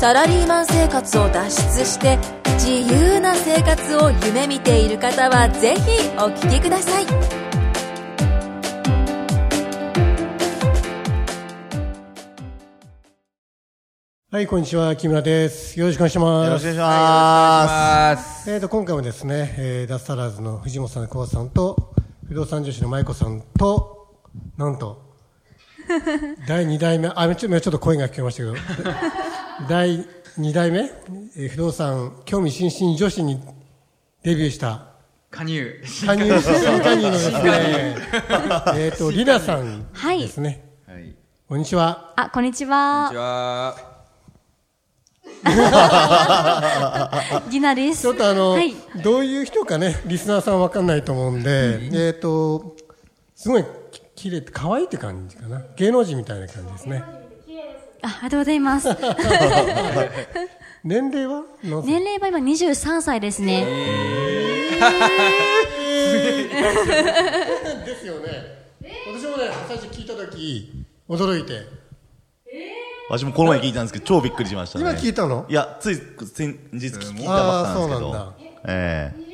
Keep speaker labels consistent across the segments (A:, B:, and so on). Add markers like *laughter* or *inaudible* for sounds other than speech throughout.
A: サラリーマン生活を脱出して自由な生活を夢見ている方はぜひお聞きください
B: はい、こんにちは、木村です。よろしくお願いします。
C: よろしくお願いしま
B: えー、と今回もですね、えー、ダスタラーズの藤本さん、久保田さんと、不動産女子の舞子さんと、なんと、
C: *laughs*
B: 第2代目、あ、ちょっとちょっと声が聞こえましたけど、 *laughs* 第2代目、えー不動産興味津々女子にデビューした、
D: 加入。
B: 加入、新加入の
C: *laughs*
B: ですね、えっと、りなさん
E: はい
B: ですね。
C: す。はい。
B: こんにちは。
E: あ、こんにちは。
D: は。
E: ギナです。
B: ちょっとあの、
E: はい。
B: どういう人かね、リスナーさんわかんないと思うんで、えっ、と、すごいき綺麗って可愛いって感じかな。芸能人みたいな感じですね。
E: あ、ありがとうござ
B: *laughs*
E: います。
B: 年齢は何歳
E: 年齢は今23歳ですね。
B: ですよね。私もね、最初聞いたとき、驚いて。
C: 私もこの前聞いたんですけど、超びっくりしましたね。
B: 今聞いたの
C: いや、つい先日聞いたばっ
B: ああ、
C: かな
B: そ
C: ん
B: う
C: で
B: なん
C: すけど。
B: だ。
C: ええ
F: 23で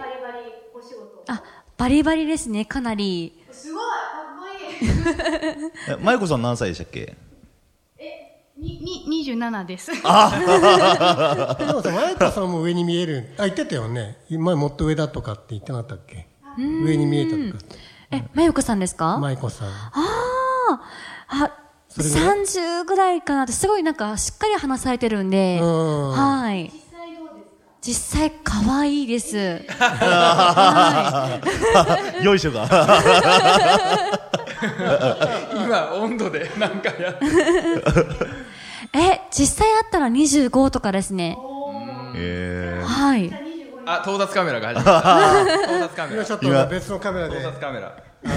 F: バリバリお仕事
E: あ、バリバリですね、かなり。
F: すごいかっこいい
C: え。舞子さん何歳でしたっけ
F: にに27です *laughs*
B: でもさ、前田さんも上に見える。あ、言ってたよね。前もっと上だとかって言ってなかったっけ上に見えたとかって。
E: え、まゆこさんですか
B: 舞子さん。
E: あーあ、
B: れぐら
E: 30ぐらいかなって、すごいなんかしっかり話されてるんで。
B: うん
E: はい。実際可愛いです。
C: よいしょが。
D: 今、温度で *laughs* なんかやって。
E: え、実際あったら25とかですね。
C: え
E: はい。
D: あ、到達カメラが始まった。到達カメ
B: 今
D: ラ。
B: ち
D: 到
B: ょっと別のカメラで、
D: 達カメラ。
B: あの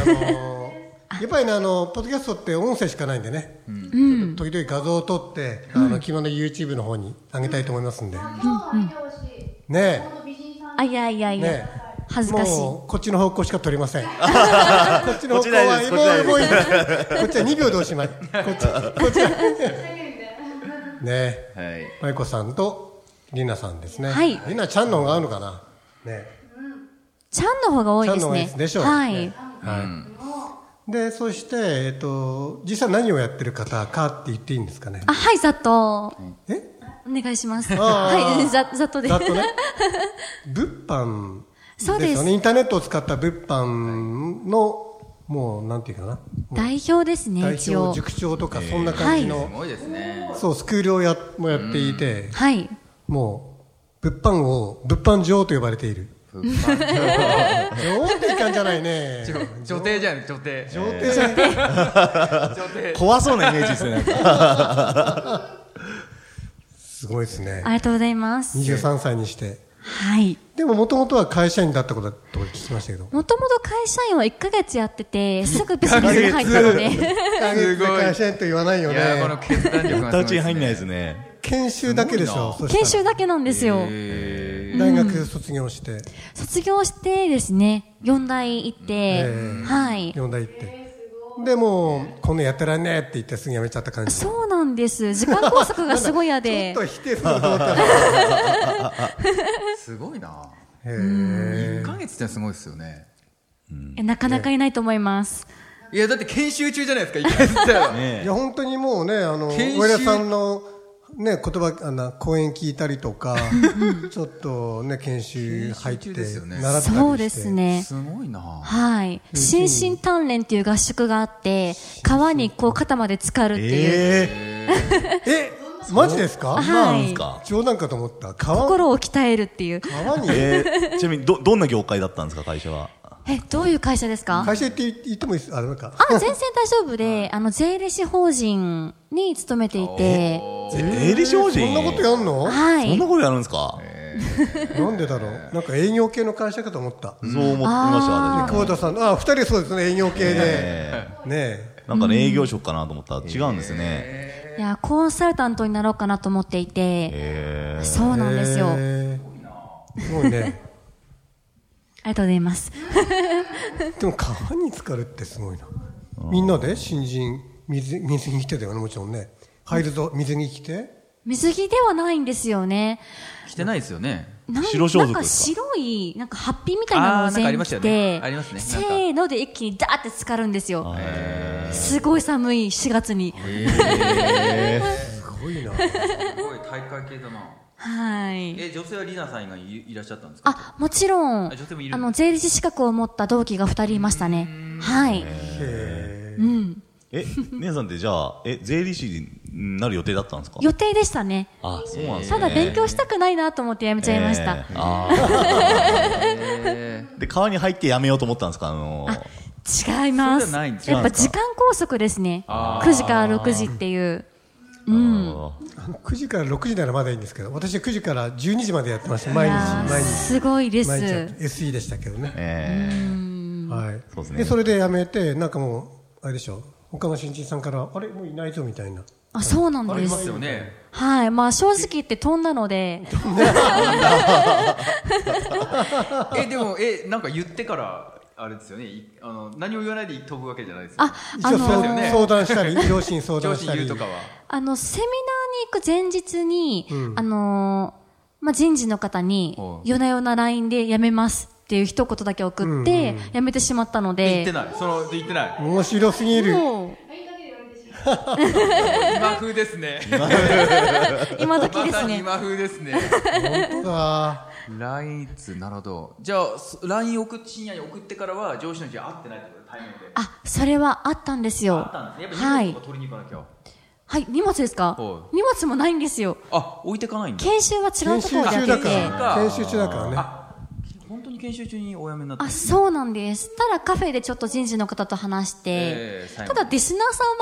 B: ーやっぱりね、あの、ポッドキャストって音声しかないんでね、ちょっと時々画像を撮って、あの、昨日の YouTube の方に上げたいと思いますんで。
F: 今日は見てほしい
B: ね
F: 美人さん
E: あ、いやいや
B: え、
E: いや。
B: ねえ。
E: 恥ずかしい。
B: もう、こっちの方向しか撮りません。こっちの方向は、
C: こっちないです
B: もう、もういいですこっちは2秒でおしまい。こっち、こっちは。ねえ、
C: えはい。
B: まゆこさんと、りなさんですね。
E: はい
B: りなちゃんの方が合うのかなね
E: ちゃんの方が多い
B: ちゃ
E: で
B: んの
E: す
B: 方がいい
E: ね
B: です。でしょう。
E: はい。
B: ねはい。で、そして、えっと、実際何をやってる方かって言っていいんですかね。
E: あ、はい、ざっと。
B: え
E: お願いします。
B: あー
E: はい、ざ、ざっとで。
B: ざっとね。物販です
E: そ
B: よ
E: う
B: ね。
E: です
B: インターネットを使った物販の、もう、なんていうかな。も
E: 代表です
B: う
E: ね、
B: 代
E: 一
B: 表、
E: 応。
B: 塾長とか、そんな感じ
D: す
B: の、
D: ごいですね。
B: そう、スクールをや、もやっていて、
E: はい。
B: もう、物販を、物販女王と呼ばれている。女王っていかんじゃないね。
D: 女帝じゃん、女帝。
B: 女王ってじゃない
D: 女帝。
C: 怖そうなイメージですね。なんか
B: すごいですね
E: あ。りがとうございます。
B: 23歳にして。
E: はい。
B: でも、もともとは会社員だったことだと聞きましたけど。
E: もともと会社員は1ヶ月やってて、すぐビジネスに入ったので。
D: すごい
B: 会社員と言わないよ
D: い
B: ね。
D: やー、この決断力がすごいですね。
C: タッチに入んないですね。
B: 研修だけでしょ。そしたら
E: *laughs* 研修だけなんですよ。
D: へ
B: 大学卒業して、
E: 卒業してですね、4大行って
B: え、
E: はい。
B: 四大行って。でもう、こんなやってらんねえって言ってすぐ辞めちゃった感じ。ちょ
E: そうなんです。時間拘束がすごい嫌
B: *laughs* っ
E: で
B: と。否定すると思ったら。
D: ーすごいな。
B: へ
D: 一
B: ー
D: ヶ月ってすごいですよね。
E: えなかなかいないと思います。
D: いや、だって研修中じゃないですか、一ヶ月って。
C: ね
B: いや、本当にもうね、あの、
D: 研修
B: 小枝さんの、ね、言葉、あの、講演聞いたりとか、ちょっとね、研修入って、
D: 研修中ですよね
B: 習ったりして。
E: そうです。ね。
D: すごいな。
E: はい。心身鍛錬っていう合宿があって、川にこう肩まで浸かるっていう。
C: え
B: え、マジですか
C: ー、
E: はい
C: なんすか
B: 冗談かと思った。川、
E: 心を鍛えるっていう。
B: 川に、
C: えー、ちなみに、ど、どんな業界だったんですか、会社は。
E: え、どういう会社ですか
B: 会社行って言ってもいいですあ、なんか。
E: あ、全然大丈夫で、あの、税理士法人に勤めていて、
C: え、営利商人
B: そんなことやんの
E: は
C: そん
E: い
C: な。ことやるんですか
B: なんでだろうなんか営業系の会社かと思った。
C: そう思ってました、私
B: 久保田さん、あ、二人そうですね、営業系で。
C: え
B: ねえ。
C: えなんかね、営業職かなと思ったら違うんですね。
E: いや、コンサルタントになろうかなと思っていて、
C: ええ
E: そうなんですよ。あ
B: へえすごい
E: *laughs*
B: ね。
E: りがとうございます。
B: でも川に浸かるってすごいな。みんなで新人、水水着着てだよね、もちろんね。入るぞ、水着着て。
E: 水着ではないんですよね。
D: してないですよね。
E: なん
C: 白装束
E: なんか
C: です
E: 白い、なんかハッピーみたいなのを
D: あーなんかあ
E: 全
D: りま
E: 部
D: した
E: 着
D: よ
E: て、
D: ねありますね
E: せ
D: なんか
E: ーので一気にダーって浸かるんですよ。すごい寒い4月に。
B: すごいな。
D: すごい大会系だな。
E: はい。
D: え、女性はリナさんがいいらっしゃったんですか
E: あ、もちろん、
D: あ女性もいる
E: あの、税理士資格を持った同期が2人いましたね。はい。
B: へ
E: うん。
C: え、姉さんってじゃあ、え、税理士になる予定だったんですか
E: 予定でしたね。
C: あ、そうなんです
E: た
C: ね。
E: だ勉強したくないなと思ってやめちゃいました。
C: ええあーで、川に入ってやめようと思ったんですかあのー、
E: 違いま
D: そう
E: す。
D: じゃないんです
E: やっぱ時間拘束ですね。9時から6時っていう。うん。
B: え9時から6時ならまだいいんですけど、私9時から12時までやってました。
E: い
B: 毎日
E: や、ー
B: 毎日。
E: すごいで
B: 毎日やっ
E: す
B: て。SE でしたけどね。
C: ええ
B: はい。
C: そうですね
B: それで辞めて、なんかもう、あれでしょ、他の新人さんから、あれ、もういないぞみたいな。
E: あ、そうなん
D: あ
E: で
D: ります
E: す。
D: よね。
E: はい。まあ正直言って飛んだので、
D: *laughs* え、でも、え、なんか言ってから、あれですよね。いあの、何も言わないで飛ぶわけじゃないですよ。
E: あ、
B: 一
E: あ
B: 応
E: の
B: そう、
D: ね
B: 相談したり、両親に相
D: 上
B: 談し
D: 司
B: た
D: 言う
B: り。
D: とかは。
E: あの、セミナーに行く前日に、
B: うん
E: あのーまあ、人事の方に
D: は、い
E: 夜な夜な LINE で辞めますっていう一言だけ送って、辞めてしまったの
D: 言って
E: で、
D: ない。その、言ってない。
B: 面白すぎる。
E: もう、
D: 今風ですね。
E: 今時
D: *laughs* ま
E: で
D: さ
E: す
D: に
E: ね。
D: 今風ですね。
B: 本当だ。
D: ラインツ、なるほど。じゃあ、そ LINE 送っ深夜に送ってからは、上司の人に会ってないってこと対面で。
E: あ、それはあったんですよ。
D: あったんですね。やっぱ
E: は
D: り荷
E: い
D: 物と。か取りに行かなきゃ。
E: はい、荷物ですか
D: は
E: 荷物もないんですよ。
D: あ、置いてかないんだ。
E: 研修は違
B: 研
E: うと
B: 修
E: ころで
B: 中
E: やって
B: だか
E: て
D: あ
B: ら、
D: 研
B: 研
D: 修
B: 修中だからね。
D: あ、本当に研修中にお辞めになった。
E: あ、そうなんです。ただカフェでちょっと人事の方と話して、
D: ええ最後
E: ただリスナーさんは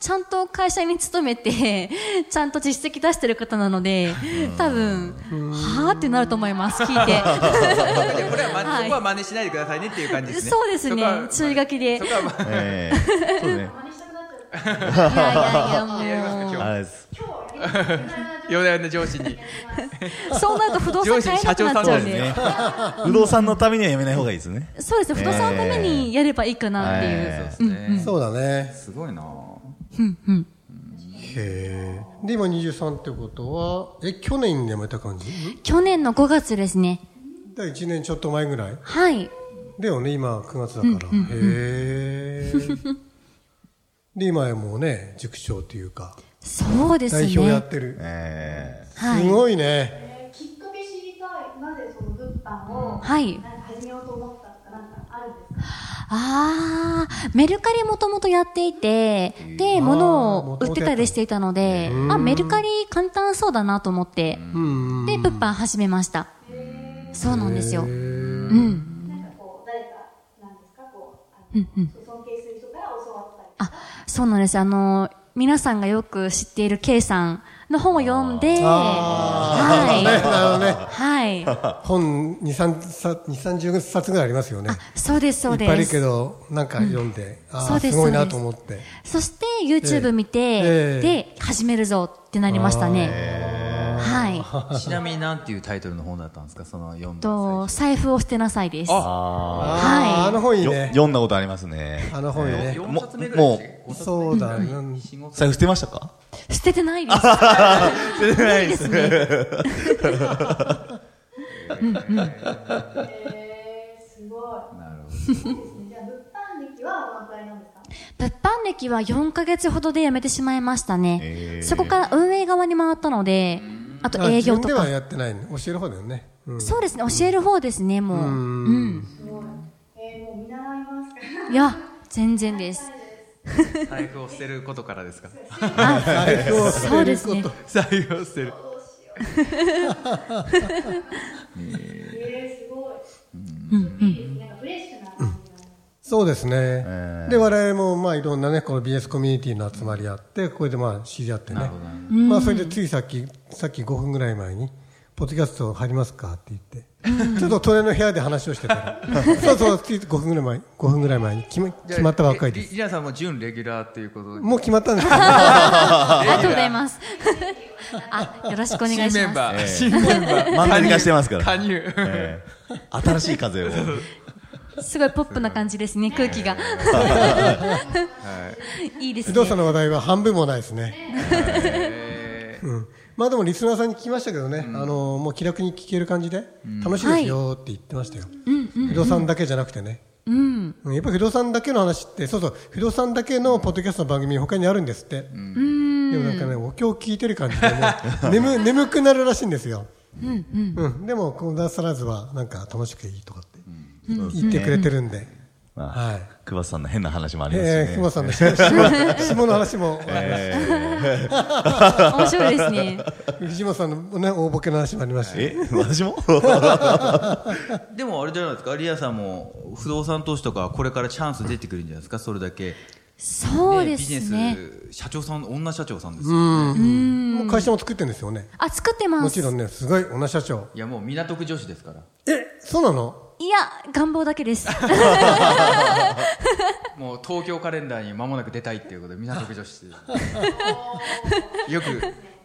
E: ちゃんと会社に勤めて、 *laughs* ちゃんと実績出してる方なので、多分、はーってなると思います、聞い
D: *laughs*
E: て。
D: これは、ま、
E: はい
D: そこは真似しないでくださいねっていう感じですね。
E: そうです
D: そ
E: ね
D: こは、
E: 注意書きで。い
D: そこは、ま
C: ええそう *laughs* ね。
E: やいやいや、
D: やりますか今日
E: も
C: あれです。
D: 夜な夜な上司に。
E: う、そうなると不動産買えなくなっちゃうん
D: 上司に社長さんなんです
E: で
D: ね。
C: 不動産のためにはやめない方がいいですね。
E: そうですね、不動産のためにやればいいかなっていう。
C: ええ
D: そうですね。
B: そうだね。
D: すごいな
B: へえ。で、今23ってことは、え、去年に辞めた感じ
E: 去年の5月ですね。
B: だ1年ちょっと前ぐらい。
E: はい。
B: だよね、今9月だから。へえ。で、今はもうね、塾長というか、
E: そうです
B: 代
E: ね。
B: 表やってる。
C: ええ
E: は
B: す
E: い。
B: ごいね。
F: えきっかけ知りたい。なぜその物販を
E: はい。
F: なんか始めようと思ったとかなんかあるんですか。
E: ああ、メルカリもともとやっていて、で、物を売ってたりしていたので、あ、メルカリ簡単そうだなと思って、
B: うん。
E: で、物販始めました。そうなんですよ。うん。
F: なんかこう誰かなんですかこうあの
E: うんうん
F: 尊敬する人から教わったり。
E: あ、そうなんです。あの、皆さんがよく知っている K さんの本を読んで、
B: ね *laughs*
E: は
B: なるほどね
E: い。。
B: *laughs*
E: はい。
B: 本2、3冊、2、30冊ぐらいありますよね。
E: そうです、そう
B: い
E: で
B: っぱいある
E: す
B: け。ど、なんか読んで、あ
E: そ
B: あ、
E: うです
B: すごいなと思って。
E: そして YouTube 見て、
B: ええ
E: で、始めるぞってなりましたね。はい。
D: ちなみになんていうタイトルの本だったんですかその読んだ
E: と、財布を捨てなさいです。
D: あ
C: あ
B: ああ、
E: はい
B: あの本い
C: ー
B: い
C: よ
B: ね。
C: 読んだことありますね。
B: あの本いい
D: 最
B: ね
D: 初。
C: も
D: 4冊目ぐらいでしたっけ
B: そうだ、なん
D: 四五冊
C: 財布捨てましたか
E: 捨ててない
D: *laughs*
E: です。
C: 捨ててないですね。
F: えー、すごい。
D: なるほど
F: じゃあ物販歴はどのくらいなんですか。
E: 物販歴は4ヶ月ほどで辞めてしまいましたね。
C: ええ
E: そこから運営側に回ったので、あと
B: あ
E: 営業
B: 自分
E: と
B: では
E: か。
B: やってないね。教える方だよね。うん。
E: そうですね、教える方ですね、もう。うん,、
F: えー、もう見習いますか。
E: いや、全然です。
D: 財布を捨てることからですか
B: 財布を捨
E: そう
B: て
E: で
B: る
E: す
B: こ
E: ね
B: と。。
D: 財布を捨てる
F: えー、すごい。うんうん。なんかフレッシュな感じの。
B: そうですね
C: え。
B: で、我々も、まあ、いろんなね、この BS コミュニティの集まりあって、これでまあ、知り合ってね。まあ、それでついさっき、さっき5分ぐらい前に、ポッドキャスト入りますかって言って、ちょっと隣の部屋で話をしてたら、 *laughs* そうそう、つい5分ぐらい前、5分ぐらい前に決め決まったばっかりです。
D: リリナさんも準レギュラーということで。
B: もう決まったんですけど、
E: ありがとうございます。 *laughs* あ、よろしくお願いします。
D: 新メンバー。
C: ええ
D: 新メンバー。
C: 真ん中してますから
D: 加入。
C: ええ新しい風を。
E: すごいポップな感じですね、空気が。 *laughs* いいです
B: 不
E: ね。
B: 動産の話題は半分もないですね。
D: えー
B: まあでもリスナーさんに聞きましたけどね、あのもう気楽に聞ける感じで、楽しいですよって言ってましたよ、不動産だけじゃなくてね、
E: うん。
B: うんやっぱり不動産だけの話って、そうそう、不動産だけのポッドキャストの番組、他にあるんですって、でもなんかね、お経を聞いてる感じで、ね、 *laughs* 眠眠くなるらしいんですよ、うんでも、このダンスサラーズは、なんか楽しくいいとかって言ってくれてるんで、
C: まあ
B: はい。
C: 久保田さんの変な話もありますし
B: え
C: ね。
B: ー、熊さんの下下下の話も、
E: 面白いです
D: *laughs*
E: ね。
B: 藤本さんの、ね、大ボケの話もありましたし
C: え私も
D: でもあれじゃないですか、リアさんも不動産投資とかこれからチャンス出てくるんじゃないですか、それだけ。
E: そうで
D: ビジネ
E: す
D: ス
E: ね。
D: 社長さん、女社長さんですよ。
B: もう会社も作ってるんですよね。
E: あ、作ってます。
B: もちろんね、すごい女社長。
D: いやもう港区女子ですから。
B: え、そうなの
E: いや、願望だけです。
D: もう東京カレンダーに間もなく出たいっていうことで港区女子って。よく。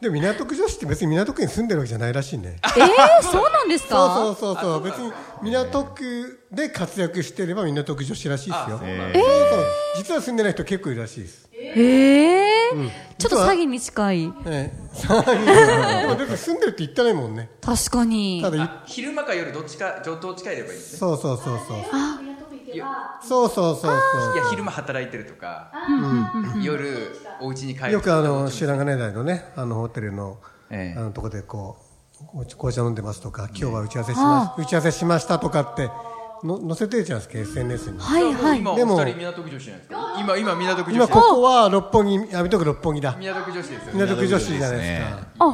B: でも港区女子って別に港区に住んでるわけじゃないらしいね。
E: えー、そうなんです
B: そう
E: か
B: そうそうそう。別に港区で活躍してれば港区女子らしいですよ。そう
C: え
B: そう実は住んでない人結構いるらしいです。
E: えー、ちょっと詐欺に近い。
B: ええ、でもでも住んでるって言ってないもんね。
E: 確かに
B: た。だ言っ、
D: 昼間か夜どっちか、どっちかいればいいんですね。
B: そうそうそうそう。
F: 港区行けば、
B: そうそうそう
D: い
B: そ
D: や、昼間働いてるとか、夜お家に帰
B: う。
D: る
B: よくあの、白金台のね、あのホテルの、
D: ええ
B: あのとこでこう、紅茶飲んでますとか、今日は打ち合わせしま打ち合わせしましたとかって、の載せてるじゃないですか、SNS に。
E: はいはい。
D: 今お
B: でも
D: 二人港区女子じゃないですか。今、今港区女
B: 今
D: 子。
B: ここは六本木、やめとく六本木だ。
D: 港区女子ですよね。
B: 港区女子じゃないですか。
E: あ、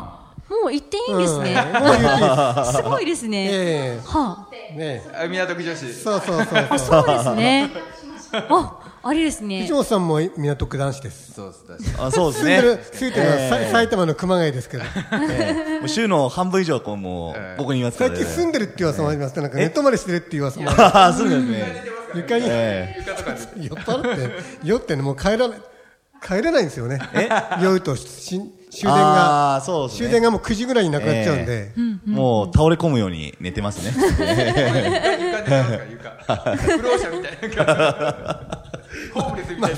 E: もう行っていいんですね。 *laughs*
B: うんもう言っていいです
E: すごいですね。
B: え
E: はあ、
B: えねえ
D: あ港区女子。
B: そうそうそうそう。
E: そうです
B: *laughs*
E: ね。あ、あれですね
B: 藤。本さんも港区男子です。
D: そうです確
C: *laughs*
D: か
C: あそうです
B: 住んで
C: ね。
B: る、住んでるのはさい埼玉の熊谷ですけど、
C: もう週の半分以上はこうもうここにいますから
B: 最
C: ね。
B: 近住んでるって噂もありますね。なんか
C: え
B: 寝泊まりしてるっていう噂もある。
C: ああそうですね。
B: 床に
C: ええ
B: *laughs* 酔っ払って、酔ってね、もう帰らない、帰れないんですよね。酔うとし終電が、
C: ああそうですね。
B: 終電がもう9時ぐらいになくなっちゃうんで
C: え、えもう倒れ込むように寝てますね。
D: に。床でなんか床。不老者みたいな感じ。ホームレスみたいな。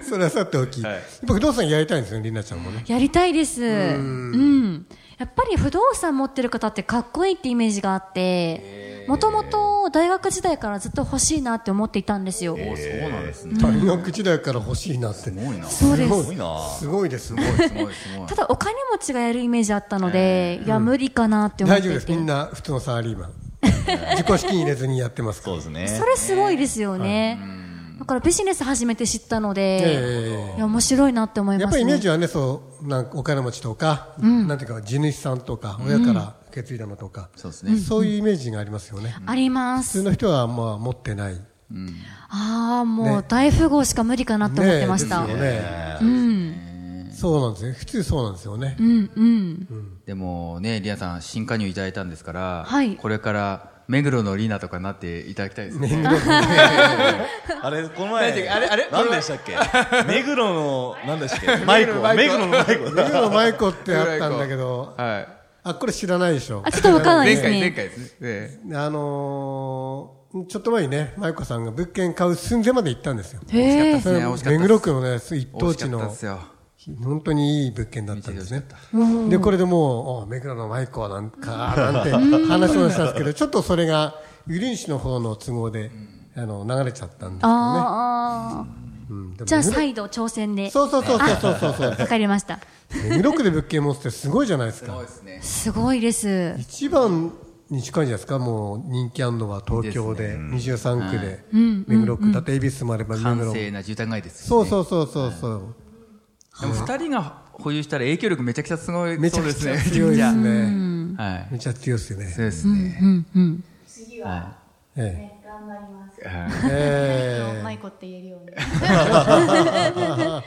B: *laughs* それはさておき。
D: はい
B: やっぱ不動産やりたいんですよね、りなちゃんもね。
E: やりたいです。うん。やっぱり不動産持ってる方ってかっこいいってイメージがあって、もともと大学時代からずっと欲しいなって思っていたんですよ。
C: おそうなんですね。
B: 大学時代から欲しいなってね。
C: ごいな。
E: そうです
C: ごいな。
B: すごいです。
D: すごいすごい
E: ただお金持ちがやるイメージあったので、いや、無理かなって思っ
B: 大
E: て
B: 丈夫
E: い
B: です。
E: て
B: み。んな普通のサラリー
C: *laughs*
B: マン。自己資金入れずにやってますか
C: そう
B: ら。
C: ですね。
E: それすごいですよね。だからビジネス始めて知ったの
B: え
E: で
B: え、
E: いや、面白いなって思い
B: や
E: ま
B: っぱ
E: す
B: りイメー
E: ね。
B: ジはね、そう、なんかお金持ちとか、なんていうか、地主さんとか、親から受け継いだのとか、
D: そうですね。
B: そういうイメージがありますよね。
E: ありま
B: 普通
E: す。
B: の人は、まあ、持ってない。
E: ああ、もう
B: ね
E: 大富豪しか無理かなって思ってました。
B: ねえです
E: う
B: よね
E: ん。
B: そうなんですね。普通そうなんですよね。
E: うん、うん。
D: でもね、リアさん、新加入いただいたんですから、
E: はい
D: これから目黒のリーナとかになっていただきたいですね。
C: あれ、この前、
D: あれあれ
C: 何でしたっけ *laughs* 目黒の、何でしたっけマイコ
D: マイコ
C: 目黒のマイコ
B: 目黒舞子ってあったんだけど、
D: は
B: あ、これ知らないでしょ
E: あ、。ちょっとわからない
D: い。
E: です
D: 前回、前
E: ね。
D: 回ですね。
B: あのー、ちょっと前にね、舞子さんが物件買う寸前まで行ったんですよ。
E: へえ
D: 惜しかったですね惜しかったです
B: 目黒区のね、一
D: 惜
B: 等
D: しか
B: 地
D: ったで
B: の
D: すよ。
B: 本当にいい物件だったんですね。で、これでもう、お目黒の舞子はなんか、なんて話もしたんですけど、ちょっとそれが、ゆりん市の方の都合で、あの、流れちゃったんですけどね。
E: ああ。
B: うんでも
E: じゃあ再度挑戦で。
B: そうそうそうそうそうそうそう。
E: わかりました。
B: 目黒区で物件持つってすごいじゃないです
D: そう
B: か
D: で。すね。
E: すごいです。
B: 一番に近いんじゃないですか、もう人気あるのは東京で、23区で、目黒区、だって恵比寿もあれば目
D: 完
B: 黒も。
D: 成な住宅街です。
B: そうそうそうそうそう。
D: でも二人が保有したら影響力めちゃくちゃすごい
B: めちゃ
D: そう
B: く
D: です
B: ち
D: ね
B: ゃ。強いですね。
D: はい。
B: めちゃ強いですよ
D: そう
B: ね。
D: ですね。
F: 次は、
B: え
F: 頑張ります。
D: はいはい
B: えええ
F: マイコって言えるように。
D: は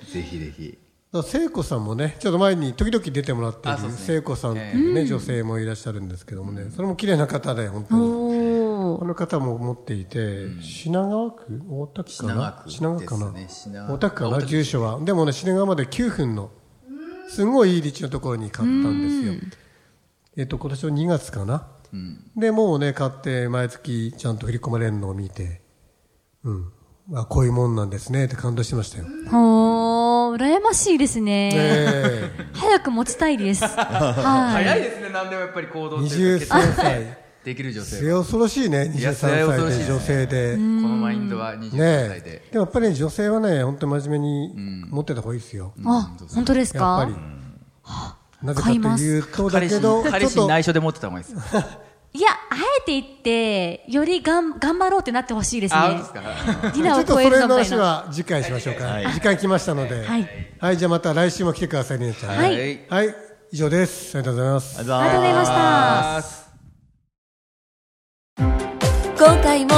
D: い。ぜひぜひ。
B: だから聖子さんもね、ちょっと前に時々出てもらって
D: あそう
B: る
D: ですね
B: 聖子さんっていうね、女性もいらっしゃるんですけどもね、それも綺麗な方で、本当に。
E: お
B: こ
E: ー
B: の方も持っていて、品川区大田区かな
D: 品川区
B: かな
D: ですね品川
B: 大田区か
D: 大
B: な
D: 田区
B: 住所は。でもね、品川まで9分の、すごいいい立地のところに買ったんですよ。えっと、今年の2月かな。で、もうね、買って、毎月ちゃんと振り込まれるのを見て、うん。あ、こういうもんなんですね、って感動してましたよ。
E: ほー、羨ましいですね。
B: ええ
E: 早く持ちた
B: *laughs*
E: いです。はい。
D: 早いですね、何でもやっぱり行動っていう
B: 23
D: か決
B: 歳。
D: 定できる女性
B: 末
D: は。
B: 恐ろしいね、
D: いや
B: 23
D: 末恐ろし
B: 歳です
D: いでね
B: 女性で。
D: このマインドは23
B: ね
D: 歳で。
B: え。でもやっぱり女性はね、本当に真面目に持ってた方がいいですよ。
E: あ、本当です
B: やっぱ
E: か
B: り。なぜかというと、だ
D: 彼氏
B: けど、
D: に
B: ち
D: 彼
B: ょっ
D: 氏に
B: と、
D: 内緒で持ってた方がいい
B: *laughs*
D: ですよ。
E: いや、あえて言って、よりがん頑張ろうってなってほしいです
D: あ、そう
E: ね
D: で。すか。
E: ディ
B: ち
E: ナ
B: ょ
E: ー
B: っ
E: を
B: とそ
E: 超え
B: れ
E: るぞ
B: の
E: みたい
B: 話
E: な。
B: は次回しましょうか。
C: はい
B: 時間来ましたので。
E: はい。
B: はい、じゃあまた来週も来てくださいね、ちゃん。
E: はい
B: はい、以上です。ありがとうございます。
C: あり
E: ありがとうございました。
D: あー
A: 今回も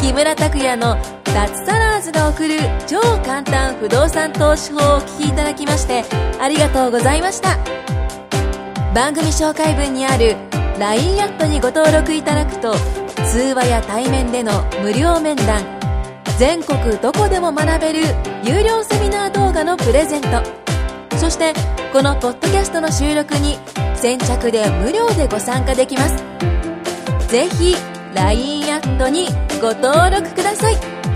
A: 木村拓哉の脱サラーズが送る超簡単不動産投資法をお聞きいただきましてありがとうございました番組紹介文にある LINE アットにご登録いただくと通話や対面での無料面談全国どこでも学べる有料セミナー動画のプレゼントそしてこのポッドキャストの収録に先着で無料でご参加できますぜひ LINE アットにご登録ください